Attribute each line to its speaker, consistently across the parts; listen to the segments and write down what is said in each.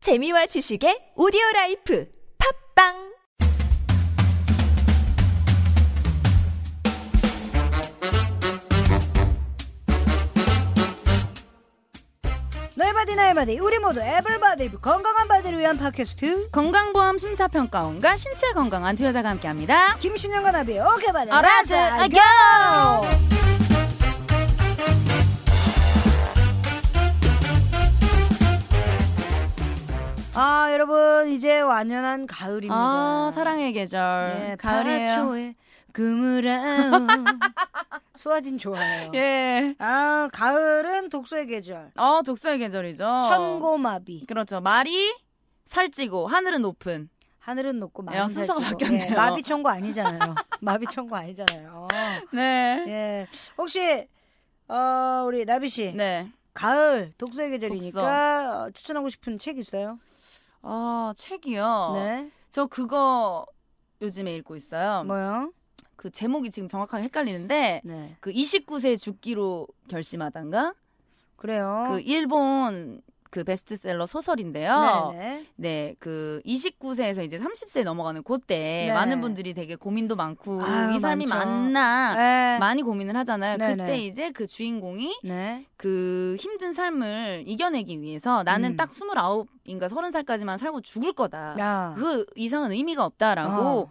Speaker 1: 재미와 지식의 오디오 라이프 팝빵
Speaker 2: 너의 바디 나의 바디 우리 모두 에블바디 건강한 바디를 위한 팟캐스트
Speaker 3: 건강보험 심사평가원과 신체 건강한 두 여자가 함께합니다.
Speaker 2: 김신영과 나비 오케이 바디
Speaker 3: 알아서
Speaker 2: 알고!
Speaker 3: 알고!
Speaker 2: 아 여러분 이제 완연한 가을입니다
Speaker 3: 아 사랑의 계절
Speaker 2: 예,
Speaker 3: 가을이에요.
Speaker 2: 파초에 그물아오 수아진 좋아요
Speaker 3: 예.
Speaker 2: 아 가을은 독서의 계절
Speaker 3: 어 독서의 계절이죠.
Speaker 2: 천고마비
Speaker 3: 그렇죠. 말이 살찌고 하늘은 높은.
Speaker 2: 하늘은 높고 마음은
Speaker 3: 야, 순서가
Speaker 2: 살찌고.
Speaker 3: 바뀌었네요.
Speaker 2: 예, 마비 천고 아니잖아요 마비 천고 아니잖아요
Speaker 3: 네.
Speaker 2: 예 혹시 어 우리 나비 씨
Speaker 3: 네.
Speaker 2: 가을 독서의 계절이니까 어, 추천하고 싶은 책 있어요?
Speaker 3: 아 책이요.
Speaker 2: 네.
Speaker 3: 저 그거 요즘에 읽고 있어요.
Speaker 2: 뭐요?
Speaker 3: 그 제목이 지금 정확하게 헷갈리는데
Speaker 2: 네.
Speaker 3: 그 29세 죽기로 결심하단가
Speaker 2: 그래요. 네,
Speaker 3: 그 일본 그 베스트셀러 소설인데요.
Speaker 2: 어. 네네.
Speaker 3: 네, 그 29세에서 이제 30세 넘어가는 그때
Speaker 2: 네.
Speaker 3: 많은 분들이 되게 고민도 많고
Speaker 2: 아유,
Speaker 3: 이 삶이
Speaker 2: 많죠.
Speaker 3: 맞나
Speaker 2: 네.
Speaker 3: 많이 고민을 하잖아요.
Speaker 2: 네,
Speaker 3: 그때
Speaker 2: 네.
Speaker 3: 이제 그 주인공이
Speaker 2: 네.
Speaker 3: 그 힘든 삶을 이겨내기 위해서 나는
Speaker 2: 음.
Speaker 3: 딱 29인가 30살까지만 살고 죽을 거다.
Speaker 2: 야.
Speaker 3: 그 이상은 의미가 없다라고
Speaker 2: 어.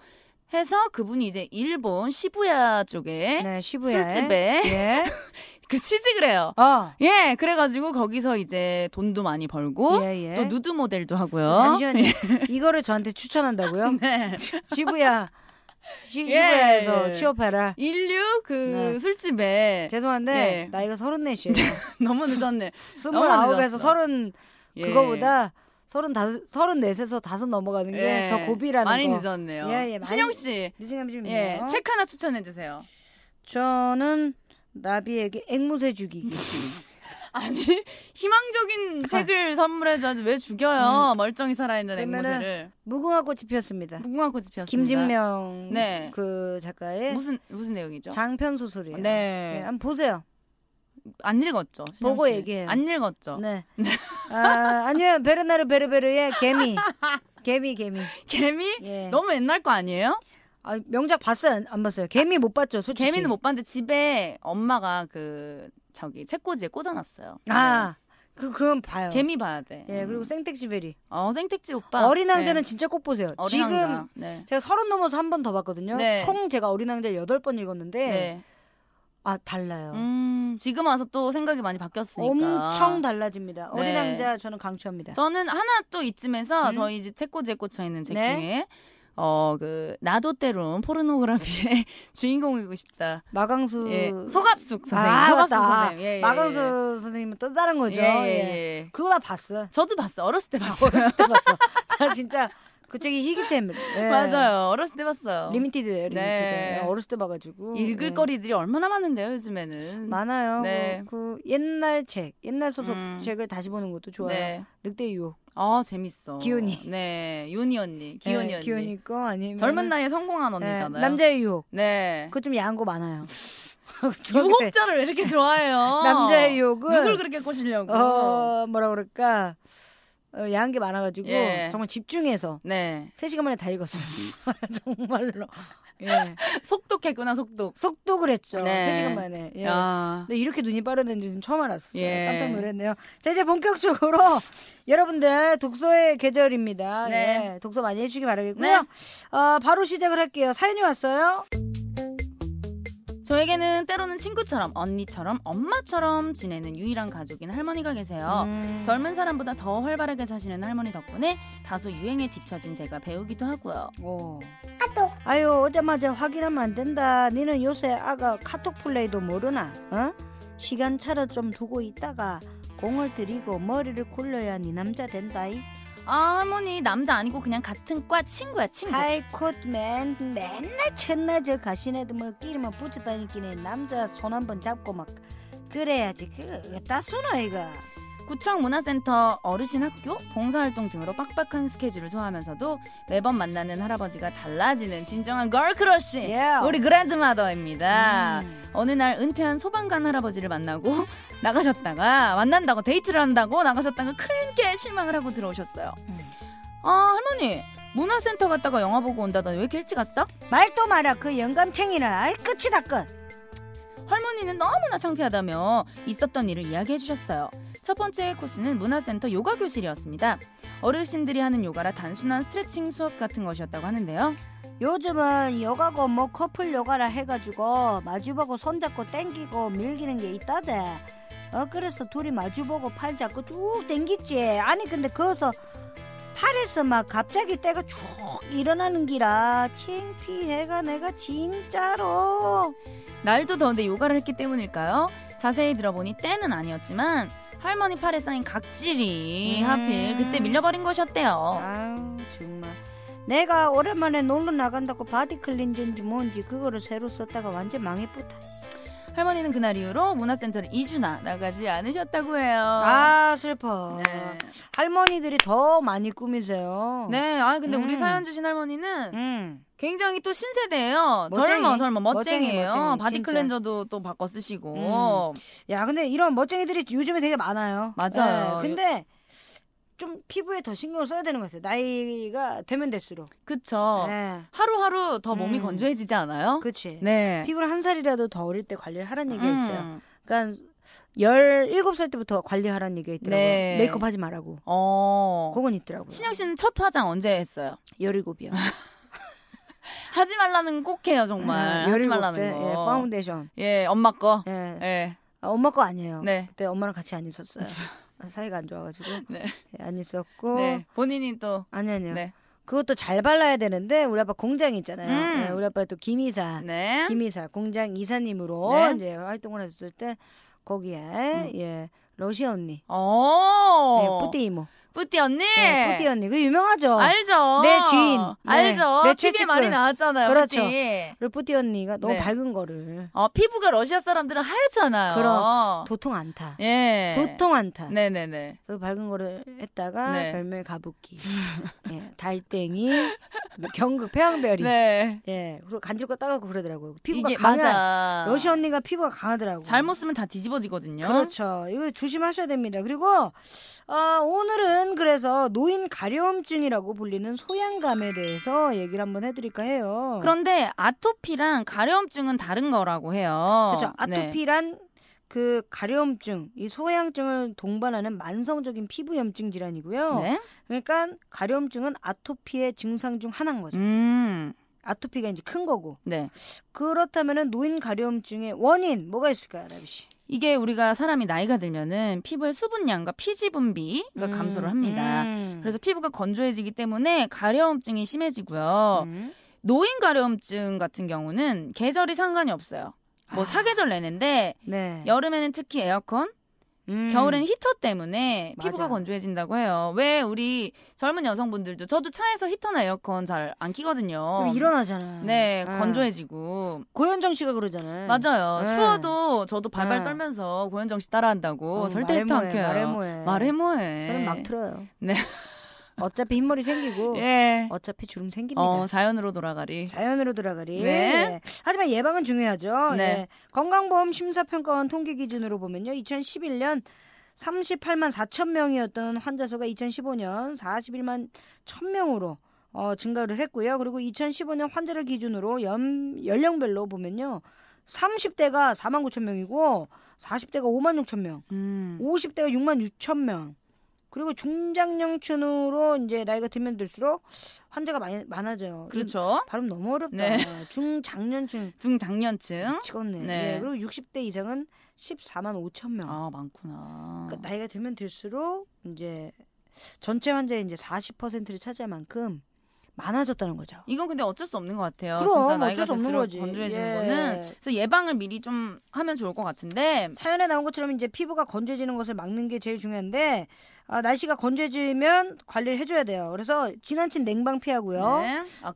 Speaker 3: 해서 그분이 이제 일본 시부야 쪽에
Speaker 2: 네, 시부야의
Speaker 3: 술집에
Speaker 2: 예.
Speaker 3: 그 취직을 해요.
Speaker 2: 어.
Speaker 3: 예, 그래가지고 거기서 이제 돈도 많이 벌고
Speaker 2: 예, 예.
Speaker 3: 또 누드 모델도 하고요.
Speaker 2: 잠시만요. 이거를 저한테 추천한다고요?
Speaker 3: 네.
Speaker 2: 시부야. 시,
Speaker 3: 예.
Speaker 2: 시부야에서 취업해라.
Speaker 3: 인류 그
Speaker 2: 네.
Speaker 3: 술집에
Speaker 2: 죄송한데
Speaker 3: 예.
Speaker 2: 나이가 서른넷이에요.
Speaker 3: 너무 늦었네.
Speaker 2: 스물아홉에서
Speaker 3: 늦었어.
Speaker 2: 서른
Speaker 3: 예.
Speaker 2: 그거보다 서른다섯, 서른넷에서 다섯 넘어가는 게
Speaker 3: 예.
Speaker 2: 더 고비라는
Speaker 3: 많이
Speaker 2: 거.
Speaker 3: 늦었네요.
Speaker 2: 예, 예, 많이-
Speaker 3: 신영 씨,
Speaker 2: 늦은 감이 좀
Speaker 3: 예,
Speaker 2: 있네요.
Speaker 3: 책 하나 추천해 주세요.
Speaker 2: 저는 나비에게 앵무새 죽이기.
Speaker 3: 아니 희망적인 책을 선물해 줘야지 왜 죽여요? 멀쩡히 살아있는
Speaker 2: 그 아. 음. 그러면은
Speaker 3: 앵무새를
Speaker 2: 무궁화 꽃이 피었습니다.
Speaker 3: 무궁화꽃이 피었습니다.
Speaker 2: 김진명
Speaker 3: 네.
Speaker 2: 그 작가의
Speaker 3: 무슨 무슨 내용이죠?
Speaker 2: 장편 소설이에요. 네,
Speaker 3: 네,
Speaker 2: 한번 보세요.
Speaker 3: 안 읽었죠. 신영
Speaker 2: 보고
Speaker 3: 씨.
Speaker 2: 얘기해요.
Speaker 3: 안 읽었죠.
Speaker 2: 네. 아, 아니요. 베르나르 베르베르의 개미. 개미 개미.
Speaker 3: 개미
Speaker 2: 예.
Speaker 3: 너무 옛날 거 아니에요?
Speaker 2: 아, 명작 봤어요? 안, 안 봤어요? 개미 못 봤죠, 솔직히.
Speaker 3: 개미는 못 봤는데 집에 엄마가 그 저기 책꽂이에 꽂아놨어요.
Speaker 2: 아, 그 그건 봐요.
Speaker 3: 네. 개미 봐야 돼.
Speaker 2: 예, 그리고 생택시베리.
Speaker 3: 어 생택지 오빠.
Speaker 2: 어린
Speaker 3: 네.
Speaker 2: 왕자는 진짜 꼭 보세요.
Speaker 3: 어린
Speaker 2: 지금
Speaker 3: 왕자. 네.
Speaker 2: 제가 서른 넘어서 한 번 더 봤거든요.
Speaker 3: 네.
Speaker 2: 총 제가 어린 왕자 여덟 번 읽었는데
Speaker 3: 네.
Speaker 2: 아, 달라요.
Speaker 3: 음, 지금 와서 또 생각이 많이 바뀌었으니까.
Speaker 2: 엄청 달라집니다.
Speaker 3: 네.
Speaker 2: 어린 왕자 저는 강추합니다.
Speaker 3: 저는 하나 또 이쯤에서
Speaker 2: 음.
Speaker 3: 저희 이제 책꽂이에 꽂혀 있는 책
Speaker 2: 네.
Speaker 3: 중에 어 그 나도 때론 포르노그라피의 주인공이고 싶다.
Speaker 2: 마강수
Speaker 3: 예. 서갑숙 선생님.
Speaker 2: 그- 아,
Speaker 3: 서갑숙
Speaker 2: 맞다.
Speaker 3: 선생님. 예, 예,
Speaker 2: 마강수
Speaker 3: 예.
Speaker 2: 선생님은 또 다른 거죠.
Speaker 3: 예,
Speaker 2: 예.
Speaker 3: 예, 예.
Speaker 2: 그거 나 봤어.
Speaker 3: 저도 봤어. 어렸을 때 봤어.
Speaker 2: 어렸을 때 봤어. 나 진짜 그 책이 희귀템. 예.
Speaker 3: 맞아요. 어렸을 때 봤어요.
Speaker 2: 리미티드예요, 리미티드.
Speaker 3: 네.
Speaker 2: 예, 어렸을 때 봐가지고.
Speaker 3: 읽을
Speaker 2: 예.
Speaker 3: 거리들이 얼마나 많은데요, 요즘에는.
Speaker 2: 많아요.
Speaker 3: 네.
Speaker 2: 그, 그 옛날 책, 옛날 소설
Speaker 3: 음.
Speaker 2: 책을 다시 보는 것도 좋아요.
Speaker 3: 네.
Speaker 2: 늑대 유혹.
Speaker 3: 아, 재밌어.
Speaker 2: 기훈이.
Speaker 3: 네. 요니 언니. 기훈이
Speaker 2: 예,
Speaker 3: 언니.
Speaker 2: 기훈이 거 아니면 예,
Speaker 3: 젊은 나이에 성공한 언니잖아요.
Speaker 2: 남자의 유혹.
Speaker 3: 네.
Speaker 2: 그거 좀 야한 거 많아요. 중학교 때
Speaker 3: 유혹자를 왜 이렇게 좋아해요?
Speaker 2: 남자의 유혹은
Speaker 3: 누굴 그렇게 꼬시려고?
Speaker 2: 어, 뭐라 그럴까. 어, 야한 게 많아가지고
Speaker 3: 예.
Speaker 2: 정말 집중해서
Speaker 3: 네.
Speaker 2: 3시간 만에 다 읽었어요.
Speaker 3: 음.
Speaker 2: 정말로. 예.
Speaker 3: 속독했구나, 속독.
Speaker 2: 속도 그랬죠.
Speaker 3: 네.
Speaker 2: 3시간 만에. 예.
Speaker 3: 야.
Speaker 2: 근데 이렇게 눈이 빠르는지는 처음 알았어요.
Speaker 3: 예.
Speaker 2: 깜짝 놀랐네요. 자, 이제 본격적으로 여러분들 독서의 계절입니다.
Speaker 3: 네.
Speaker 2: 예, 독서 많이 해주시기 바라겠고요.
Speaker 3: 네.
Speaker 2: 어, 바로 시작을 할게요. 사연이 왔어요.
Speaker 3: 저에게는 때로는 친구처럼, 언니처럼, 엄마처럼 지내는 유일한 가족인 할머니가 계세요.
Speaker 2: 음.
Speaker 3: 젊은 사람보다 더 활발하게 사시는 할머니 덕분에 다소 유행에 뒤처진 제가 배우기도 하고요.
Speaker 2: 오. 어. 아유 오자마자 확인하면 안 된다. 니는 요새 아가 카톡 플레이도 모르나? 어? 시간 차를 좀 두고 있다가 공을 들이고 머리를 굴려야 니 남자 된다이.
Speaker 3: 아, 할머니, 남자 아니고 그냥 같은 과 친구야, 친구.
Speaker 2: 하이콧맨 맨날 첫날저 가시네도 뭐 끼리만 붙여다니기네 남자 손 한 번 잡고 막 그래야지 그 어따 순어 이거.
Speaker 3: 구청 문화센터 어르신 학교 봉사활동 등으로 빡빡한 스케줄을 소화하면서도 매번 만나는 할아버지가 달라지는 진정한 걸크러쉬
Speaker 2: Yeah.
Speaker 3: 우리 그랜드마더입니다.
Speaker 2: 음.
Speaker 3: 어느 날 은퇴한 소방관 할아버지를 만나고 나가셨다가 만난다고 데이트를 한다고 나가셨다가 큰게 실망을 하고 들어오셨어요.
Speaker 2: 음.
Speaker 3: 아 할머니 문화센터 갔다가 영화 보고 온다더니 왜 이렇게 일찍 왔어?
Speaker 2: 말도 마라 그 영감탱이는 아이 끝이다 끝.
Speaker 3: 할머니는 너무나 창피하다며 있었던 일을 이야기해 주셨어요. 첫 번째 코스는 문화센터 요가 교실이었습니다. 어르신들이 하는 요가라 단순한 스트레칭 수업 같은 것이었다고 하는데요.
Speaker 2: 요즘은 요가고 뭐 커플 요가라 해가지고 마주보고 손잡고 땡기고 밀기는 게 있다대. 어 그래서 둘이 마주보고 팔 잡고 쭉 땡기지. 아니 근데 거기서 팔에서 막 갑자기 때가 쭉 일어나는 기라 창피해가 내가 진짜로.
Speaker 3: 날도 더운데 요가를 했기 때문일까요? 자세히 들어보니 때는 아니었지만 할머니 팔에 쌓인 각질이
Speaker 2: 음.
Speaker 3: 하필 그때 밀려버린 것이었대요.
Speaker 2: 아유 정말. 내가 오랜만에 놀러 나간다고 바디 클렌저인지 뭔지 그거를 새로 썼다가 완전 망해뿌다.
Speaker 3: 할머니는 그날 이후로 문화센터를 2주나 나가지 않으셨다고 해요.
Speaker 2: 아 슬퍼.
Speaker 3: 어. 네.
Speaker 2: 할머니들이 더 많이 꾸미세요.
Speaker 3: 네, 아 근데 우리
Speaker 2: 음.
Speaker 3: 사연 주신 할머니는
Speaker 2: 음.
Speaker 3: 굉장히 또 신세대예요.
Speaker 2: 멋쟁이.
Speaker 3: 젊어 젊어 뭐 멋쟁이예요.
Speaker 2: 멋쟁이, 멋쟁이,
Speaker 3: 바디
Speaker 2: 진짜. 음.
Speaker 3: 클렌저도 또 바꿔 쓰시고.
Speaker 2: 야, 근데 이런 멋쟁이들이 요즘에 되게 많아요.
Speaker 3: 맞아요. 어,
Speaker 2: 예, 근데 좀 피부에 더 신경을 써야 되는 것 같아요. 나이가 되면 될수록.
Speaker 3: 그쵸.
Speaker 2: 예.
Speaker 3: 하루하루 더 몸이
Speaker 2: 음.
Speaker 3: 건조해지지 않아요?
Speaker 2: 그치.
Speaker 3: 어. 네.
Speaker 2: 피부를 한 살이라도 더 어릴 때 관리를 하라는 얘기가 있어요.
Speaker 3: 음.
Speaker 2: 그러니까 17살 때부터 관리하라는 얘기가 있더라고요.
Speaker 3: 네.
Speaker 2: 메이크업 하지 말라고.
Speaker 3: 어.
Speaker 2: 그건 있더라고요.
Speaker 3: 신영 씨는 첫 화장 언제 했어요?
Speaker 2: 17이요.
Speaker 3: 하지 말라는 꼭 해요 정말. 하지 말라는 거.
Speaker 2: 네, 예, 파운데이션.
Speaker 3: 예, 엄마 거.
Speaker 2: 예.
Speaker 3: 예.
Speaker 2: 아, 엄마 거 아니에요.
Speaker 3: 네.
Speaker 2: 그때 엄마랑 같이 안 있었어요. 아, 사이가 안 좋아가지고.
Speaker 3: 네.
Speaker 2: 예, 안 있었고.
Speaker 3: 네. 본인이 또
Speaker 2: 아니 아니요.
Speaker 3: 네.
Speaker 2: 그것도 잘 발라야 되는데 우리 아빠 공장 있잖아요.
Speaker 3: 음.
Speaker 2: 네, 우리 아빠 또 김이사,
Speaker 3: 네.
Speaker 2: 김이사 공장 이사님으로
Speaker 3: 네. 음.
Speaker 2: 이제 활동을 했을 때 거기에 예 러시아 언니,
Speaker 3: 오.
Speaker 2: 네, 뿌띠 이모,
Speaker 3: 뿌띠 어. 언니.
Speaker 2: 네, 뿌띠 언니 그 유명하죠.
Speaker 3: 예. 알죠.
Speaker 2: 내 지인. 네.
Speaker 3: 알죠.
Speaker 2: 내
Speaker 3: TV에
Speaker 2: 최측근.
Speaker 3: 많이 나왔잖아요.
Speaker 2: 그렇죠.
Speaker 3: 그치?
Speaker 2: 그 뿌띠 언니가 너무
Speaker 3: 네.
Speaker 2: 밝은 거를
Speaker 3: 어, 피부가 러시아 사람들은 하얗잖아요.
Speaker 2: 그럼. 도통 안 타,
Speaker 3: 예.
Speaker 2: 도통 안 타.
Speaker 3: 어. 네네네.
Speaker 2: 그래서 밝은 거를 했다가
Speaker 3: 네.
Speaker 2: 별명 가부키, 예, 달땡이, 경극 패왕별이,
Speaker 3: 네.
Speaker 2: 예 그리고 간질거 따가고 그러더라고요. 피부가
Speaker 3: 이게
Speaker 2: 강한
Speaker 3: 맞아.
Speaker 2: 러시아 언니가 피부가 강하더라고요.
Speaker 3: 잘못 쓰면 다 뒤집어지거든요.
Speaker 2: 그렇죠. 이거 조심하셔야 됩니다. 그리고 아, 오늘은 그래서 노인 가려움증이라고 불리는 소양감에 대해서 얘기를 한번 해드릴까 해요.
Speaker 3: 런데 아토피랑 가려움증은 다른 거라고 해요.
Speaker 2: 그렇죠.
Speaker 3: 네.
Speaker 2: 아토피란 그 가려움증, 이 소양증을 동반하는 만성적인 피부염증 질환이고요.
Speaker 3: 네.
Speaker 2: 그러니까 가려움증은 아토피의 증상 중 하나인 거죠.
Speaker 3: 음.
Speaker 2: 아토피가 이제 큰 거고.
Speaker 3: 네.
Speaker 2: 그렇다면은 노인 가려움증의 원인 뭐가 있을까요, 나비 씨?
Speaker 3: 이게 우리가 사람이 나이가 들면은 피부의 수분량과 피지 분비가 감소를 합니다.
Speaker 2: 음.
Speaker 3: 그래서 피부가 건조해지기 때문에 가려움증이 심해지고요.
Speaker 2: 음.
Speaker 3: 노인 가려움증 같은 경우는 계절이 상관이 없어요. 뭐
Speaker 2: 아.
Speaker 3: 사계절 내는데
Speaker 2: 네.
Speaker 3: 여름에는 특히 에어컨,
Speaker 2: 음.
Speaker 3: 겨울에는 히터 때문에
Speaker 2: 맞아.
Speaker 3: 피부가 건조해진다고 해요. 왜 우리 젊은 여성분들도 저도 차에서 히터나 에어컨 잘 안
Speaker 2: 그럼 예. 음.
Speaker 3: 키거든요.
Speaker 2: 일어나잖아.
Speaker 3: 네,
Speaker 2: 응.
Speaker 3: 건조해지고.
Speaker 2: 고현정 씨가 그러잖아요.
Speaker 3: 맞아요.
Speaker 2: 네.
Speaker 3: 추워도 저도 발발
Speaker 2: 네.
Speaker 3: 떨면서 고현정 씨 따라한다고
Speaker 2: 어,
Speaker 3: 절대
Speaker 2: 말해
Speaker 3: 히터 안
Speaker 2: 뭐해,
Speaker 3: 켜요.
Speaker 2: 말해 뭐해.
Speaker 3: 말해 뭐해.
Speaker 2: 저는 막 틀어요.
Speaker 3: 네.
Speaker 2: 어차피 흰머리 생기고
Speaker 3: 예.
Speaker 2: 어차피 주름 생깁니다.
Speaker 3: 어, 자연으로 돌아가리.
Speaker 2: 자연으로 돌아가리.
Speaker 3: 네.
Speaker 2: 예. 하지만 예방은 중요하죠.
Speaker 3: 네.
Speaker 2: 예. 건강보험 심사평가원 통계 기준으로 보면요. 2011년 38만 4천 명이었던 환자 수가 2015년 41만 1천 명으로 어, 증가를 했고요. 그리고 2015년 환자를 기준으로 연, 연령별로 보면요. 30대가 4만 9천 명이고 40대가 5만 6천 명.
Speaker 3: 음.
Speaker 2: 50대가 6만 6천 명. 그리고 중장년층으로 이제 나이가 들면 들수록 환자가 많이 많아져요.
Speaker 3: 그렇죠.
Speaker 2: 이 발음 너무 어렵다.
Speaker 3: 네.
Speaker 2: 중장년층
Speaker 3: 중장년층.
Speaker 2: 미치겠네.
Speaker 3: 네.
Speaker 2: 예, 그리고 60대 이상은 14만 5천 명.
Speaker 3: 아, 많구나.
Speaker 2: 그러니까 나이가 들면 들수록 이제 전체 환자의 이제 40%를 차지할 만큼 많아졌다는 거죠.
Speaker 3: 이건 근데 어쩔 수 없는 것 같아요.
Speaker 2: 그럼
Speaker 3: 진짜 나이가
Speaker 2: 어쩔 수 없는
Speaker 3: 들수록
Speaker 2: 거지.
Speaker 3: 건조해지는
Speaker 2: 예.
Speaker 3: 거는 그래서 예방을 미리 좀 하면 좋을 것 같은데
Speaker 2: 사연에 나온 것처럼 이제 피부가 건조해지는 것을 막는 게 제일 중요한데 아, 날씨가 건조해지면 관리를 해줘야 돼요. 그래서 지나친 냉방 피하고요.
Speaker 3: 네.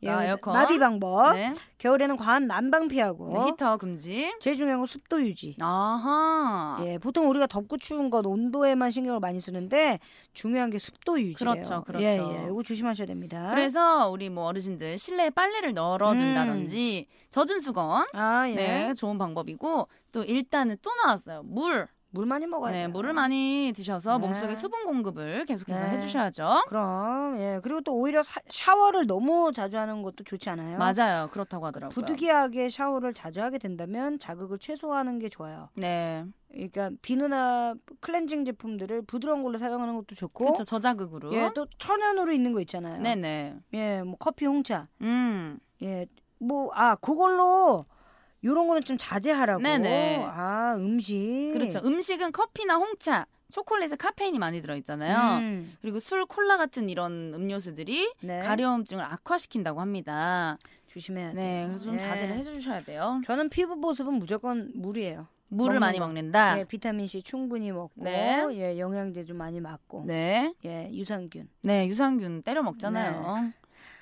Speaker 2: 예,
Speaker 3: 아까 에어컨.
Speaker 2: 나비 방법.
Speaker 3: 네. 네,
Speaker 2: 겨울에는 과한 난방 피하고.
Speaker 3: 히터 금지.
Speaker 2: 제일 중요한 건 습도 유지.
Speaker 3: 아하.
Speaker 2: 예, 보통 우리가 덥고 추운 건 온도에만 신경을 많이 쓰는데 중요한 게 습도 유지예요.
Speaker 3: 그렇죠, 그렇죠.
Speaker 2: 예, 예, 이거 조심하셔야 됩니다.
Speaker 3: 그래서 우리 뭐 어르신들 실내에 빨래를 널어둔다든지 젖은 수건.
Speaker 2: 아, 음. 예.
Speaker 3: 네, 좋은 방법이고 또 일단은 또 나왔어요. 물.
Speaker 2: 물 많이 먹어야
Speaker 3: 네,
Speaker 2: 돼요.
Speaker 3: 물을 많이 드셔서
Speaker 2: 네.
Speaker 3: 몸속에 수분 공급을 계속해서
Speaker 2: 네.
Speaker 3: 해주셔야죠.
Speaker 2: 그럼 예 그리고 또 오히려 사- 샤워를 너무 자주 하는 것도 좋지 않아요.
Speaker 3: 맞아요. 그렇다고 하더라고요.
Speaker 2: 부득이하게 샤워를 자주 하게 된다면 자극을 최소화하는 게 좋아요.
Speaker 3: 네,
Speaker 2: 그러니까 비누나 클렌징 제품들을 부드러운 걸로 사용하는 것도 좋고,
Speaker 3: 그렇죠. 저자극으로.
Speaker 2: 예 또 천연으로 있는 거 있잖아요.
Speaker 3: 네네.
Speaker 2: 예, 뭐 커피, 홍차,
Speaker 3: 음.
Speaker 2: 예 뭐 아 그걸로 요런 거는 좀 자제하라고.
Speaker 3: 네네.
Speaker 2: 아 음식.
Speaker 3: 그렇죠. 음식은 커피나 홍차, 초콜릿에 카페인이 많이 들어있잖아요.
Speaker 2: 음,
Speaker 3: 그리고 술, 콜라 같은 이런 음료수들이
Speaker 2: 네.
Speaker 3: 가려움증을 악화시킨다고 합니다.
Speaker 2: 조심해야 돼.
Speaker 3: 네, 그래서 좀 자제를 해주셔야 돼요.
Speaker 2: 저는 피부 보습은 무조건 물이에요.
Speaker 3: 물을
Speaker 2: 먹는
Speaker 3: 많이
Speaker 2: 거.
Speaker 3: 먹는다.
Speaker 2: 예, 비타민 C 충분히 먹고
Speaker 3: 아. 네.
Speaker 2: 예, 영양제 좀 많이 맞고
Speaker 3: 네,
Speaker 2: 예, 유산균
Speaker 3: 네 유산균 때려 먹잖아요.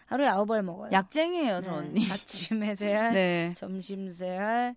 Speaker 2: 하루에 아홉 알 먹어요.
Speaker 3: 약쟁이에요,
Speaker 2: 네,
Speaker 3: 저 언니.
Speaker 2: 아침에 세 알,
Speaker 3: 네.
Speaker 2: 점심 세 알,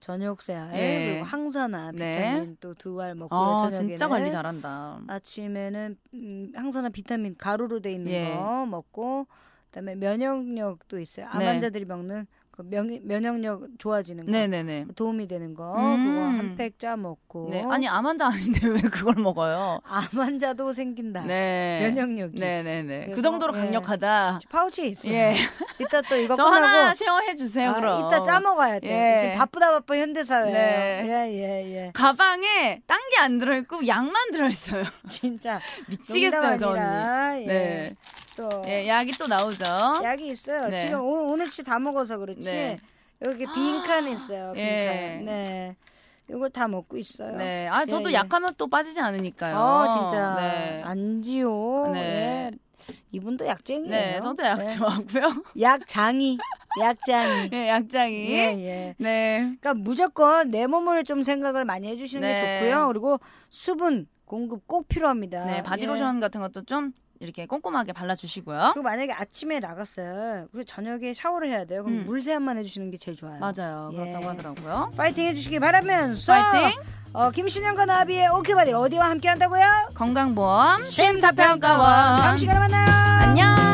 Speaker 2: 저녁 세 알,
Speaker 3: 네.
Speaker 2: 그리고 항산화
Speaker 3: 네.
Speaker 2: 비타민 또 두 알 먹고요.
Speaker 3: 아,
Speaker 2: 저녁에는 음.
Speaker 3: 진짜 관리 잘한다.
Speaker 2: 아침에는 음, 항산화 비타민 가루로 돼 있는
Speaker 3: 예.
Speaker 2: 거 먹고 그다음에 면역력도 있어요. 암
Speaker 3: 네.
Speaker 2: 환자들이 먹는 그 명, 면역력 좋아지는 거
Speaker 3: 네네네.
Speaker 2: 도움이 되는 거
Speaker 3: 음.
Speaker 2: 그거 한 팩 짜 먹고
Speaker 3: 네, 아니 암 환자 아닌데 왜 그걸 먹어요?
Speaker 2: 암 환자도 생긴다.
Speaker 3: 네.
Speaker 2: 아, 면역력이.
Speaker 3: 네네네. 그
Speaker 2: 그래서,
Speaker 3: 정도로
Speaker 2: 예.
Speaker 3: 강력하다.
Speaker 2: 파우치에 있어요.
Speaker 3: 예.
Speaker 2: 이따 또 이거
Speaker 3: 저
Speaker 2: 꺼내고
Speaker 3: 하나 쉐어해 주세요.
Speaker 2: 아,
Speaker 3: 그럼.
Speaker 2: 이따 짜 먹어야 돼.
Speaker 3: 예.
Speaker 2: 지금 바쁘다 바빠 현대사예요.
Speaker 3: 네.
Speaker 2: 예예 예,
Speaker 3: 가방에 딴 게 안 들어있고 양만 들어있어요.
Speaker 2: 진짜
Speaker 3: 미치겠어요, 저
Speaker 2: 농담
Speaker 3: 언니.
Speaker 2: 아니라, 예.
Speaker 3: 네.
Speaker 2: 또
Speaker 3: 예, 약이 또 나오죠.
Speaker 2: 약이 있어요.
Speaker 3: 네.
Speaker 2: 지금 오, 오늘치 다 먹어서 그렇지.
Speaker 3: 네.
Speaker 2: 여기 빈칸 있어요. 빈칸.
Speaker 3: 예.
Speaker 2: 네. 이걸 다 먹고 있어요.
Speaker 3: 네. 아, 저도
Speaker 2: 예, 예.
Speaker 3: 약하면 또 빠지지 않으니까요.
Speaker 2: 어 진짜
Speaker 3: 네.
Speaker 2: 안지요.
Speaker 3: 네.
Speaker 2: 예. 이분도 약쟁이에요.
Speaker 3: 네, 저도 약
Speaker 2: 네.
Speaker 3: 좋아하고요.
Speaker 2: 약장이, 약장이.
Speaker 3: 예, 약장이.
Speaker 2: 예, 예.
Speaker 3: 네.
Speaker 2: 그러니까 무조건 내 몸을 좀 생각을 많이 해주시는
Speaker 3: 네.
Speaker 2: 게 좋고요. 그리고 수분 공급 꼭 필요합니다.
Speaker 3: 네, 바디로션 같은 것도 좀 이렇게 꼼꼼하게
Speaker 2: 예.
Speaker 3: 발라주시고요.
Speaker 2: 그리고 만약에 아침에 나갔어요. 그리고 저녁에 샤워를 해야 돼요. 그럼
Speaker 3: 음.
Speaker 2: 물세안만 해주시는 게 제일 좋아요.
Speaker 3: 맞아요.
Speaker 2: 예.
Speaker 3: 그렇다고 하더라고요.
Speaker 2: 파이팅 해주시기 바라면서
Speaker 3: 파이팅!
Speaker 2: 어, 김신영과 나비의 오케바디 어디와 함께 한다고요?
Speaker 3: 건강보험
Speaker 2: 심사평가원 다음 시간에 만나요.
Speaker 3: 안녕!